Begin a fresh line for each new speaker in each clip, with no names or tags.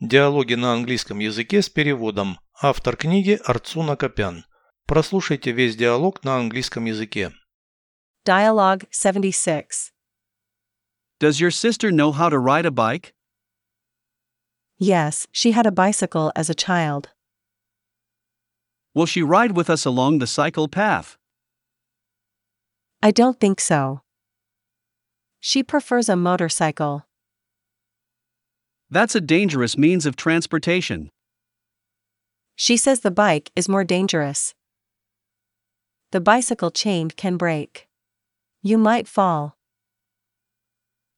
Диалоги на английском языке с переводом. Автор книги Арцуна Копян. Прослушайте весь диалог на английском языке.
Dialogue 76.
Does your sister know how to ride a bike?
Yes, she had a bicycle as a child.
Will she ride with us along the cycle path?
I don't think so. She prefers a motorcycle.
That's a dangerous means of transportation.
She says the bike is more dangerous. The bicycle chain can break. You might fall.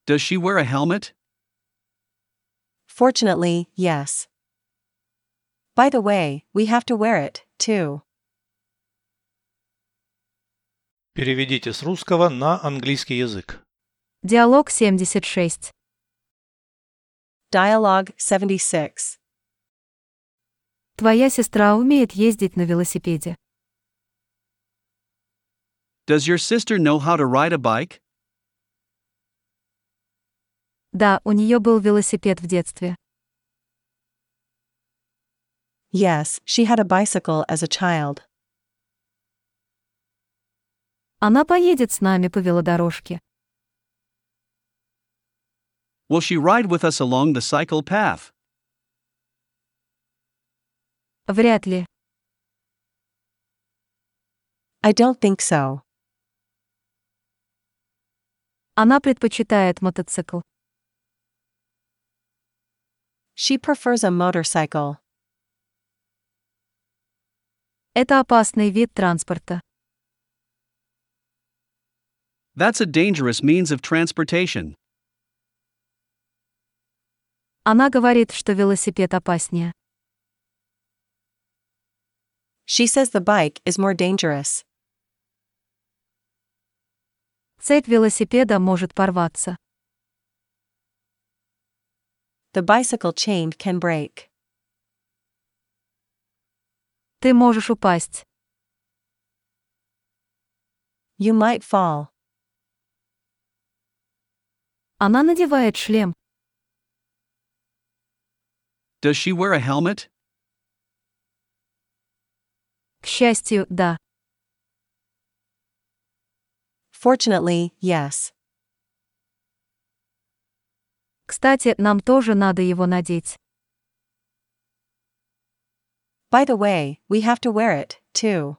Does she wear a helmet?
Fortunately, yes. By the way, we have to wear it, too.
Переведите с русского на английский язык.
Диалог 76.
Dialogue 76.
Твоя сестра умеет ездить на велосипеде.
Does your sister know how to ride a bike?
Да, у нее был велосипед в детстве.
Yes, she had a bicycle as a child.
Она поедет с нами по велодорожке.
Will she ride with us along the cycle path?
Вряд ли.
I don't think so.
Она предпочитает мотоцикл.
She prefers a motorcycle.
Это опасный вид транспорта.
That's a dangerous means of transportation.
Она говорит, что велосипед опаснее.
She says the bike is more dangerous.
Цепь велосипеда может порваться.
The bicycle chain can break.
Ты можешь упасть.
You might fall.
Она надевает шлем.
Does she wear a helmet?
К счастью, да.
Fortunately, yes.
Кстати, нам тоже надо его надеть.
By the way, we have to wear it, too.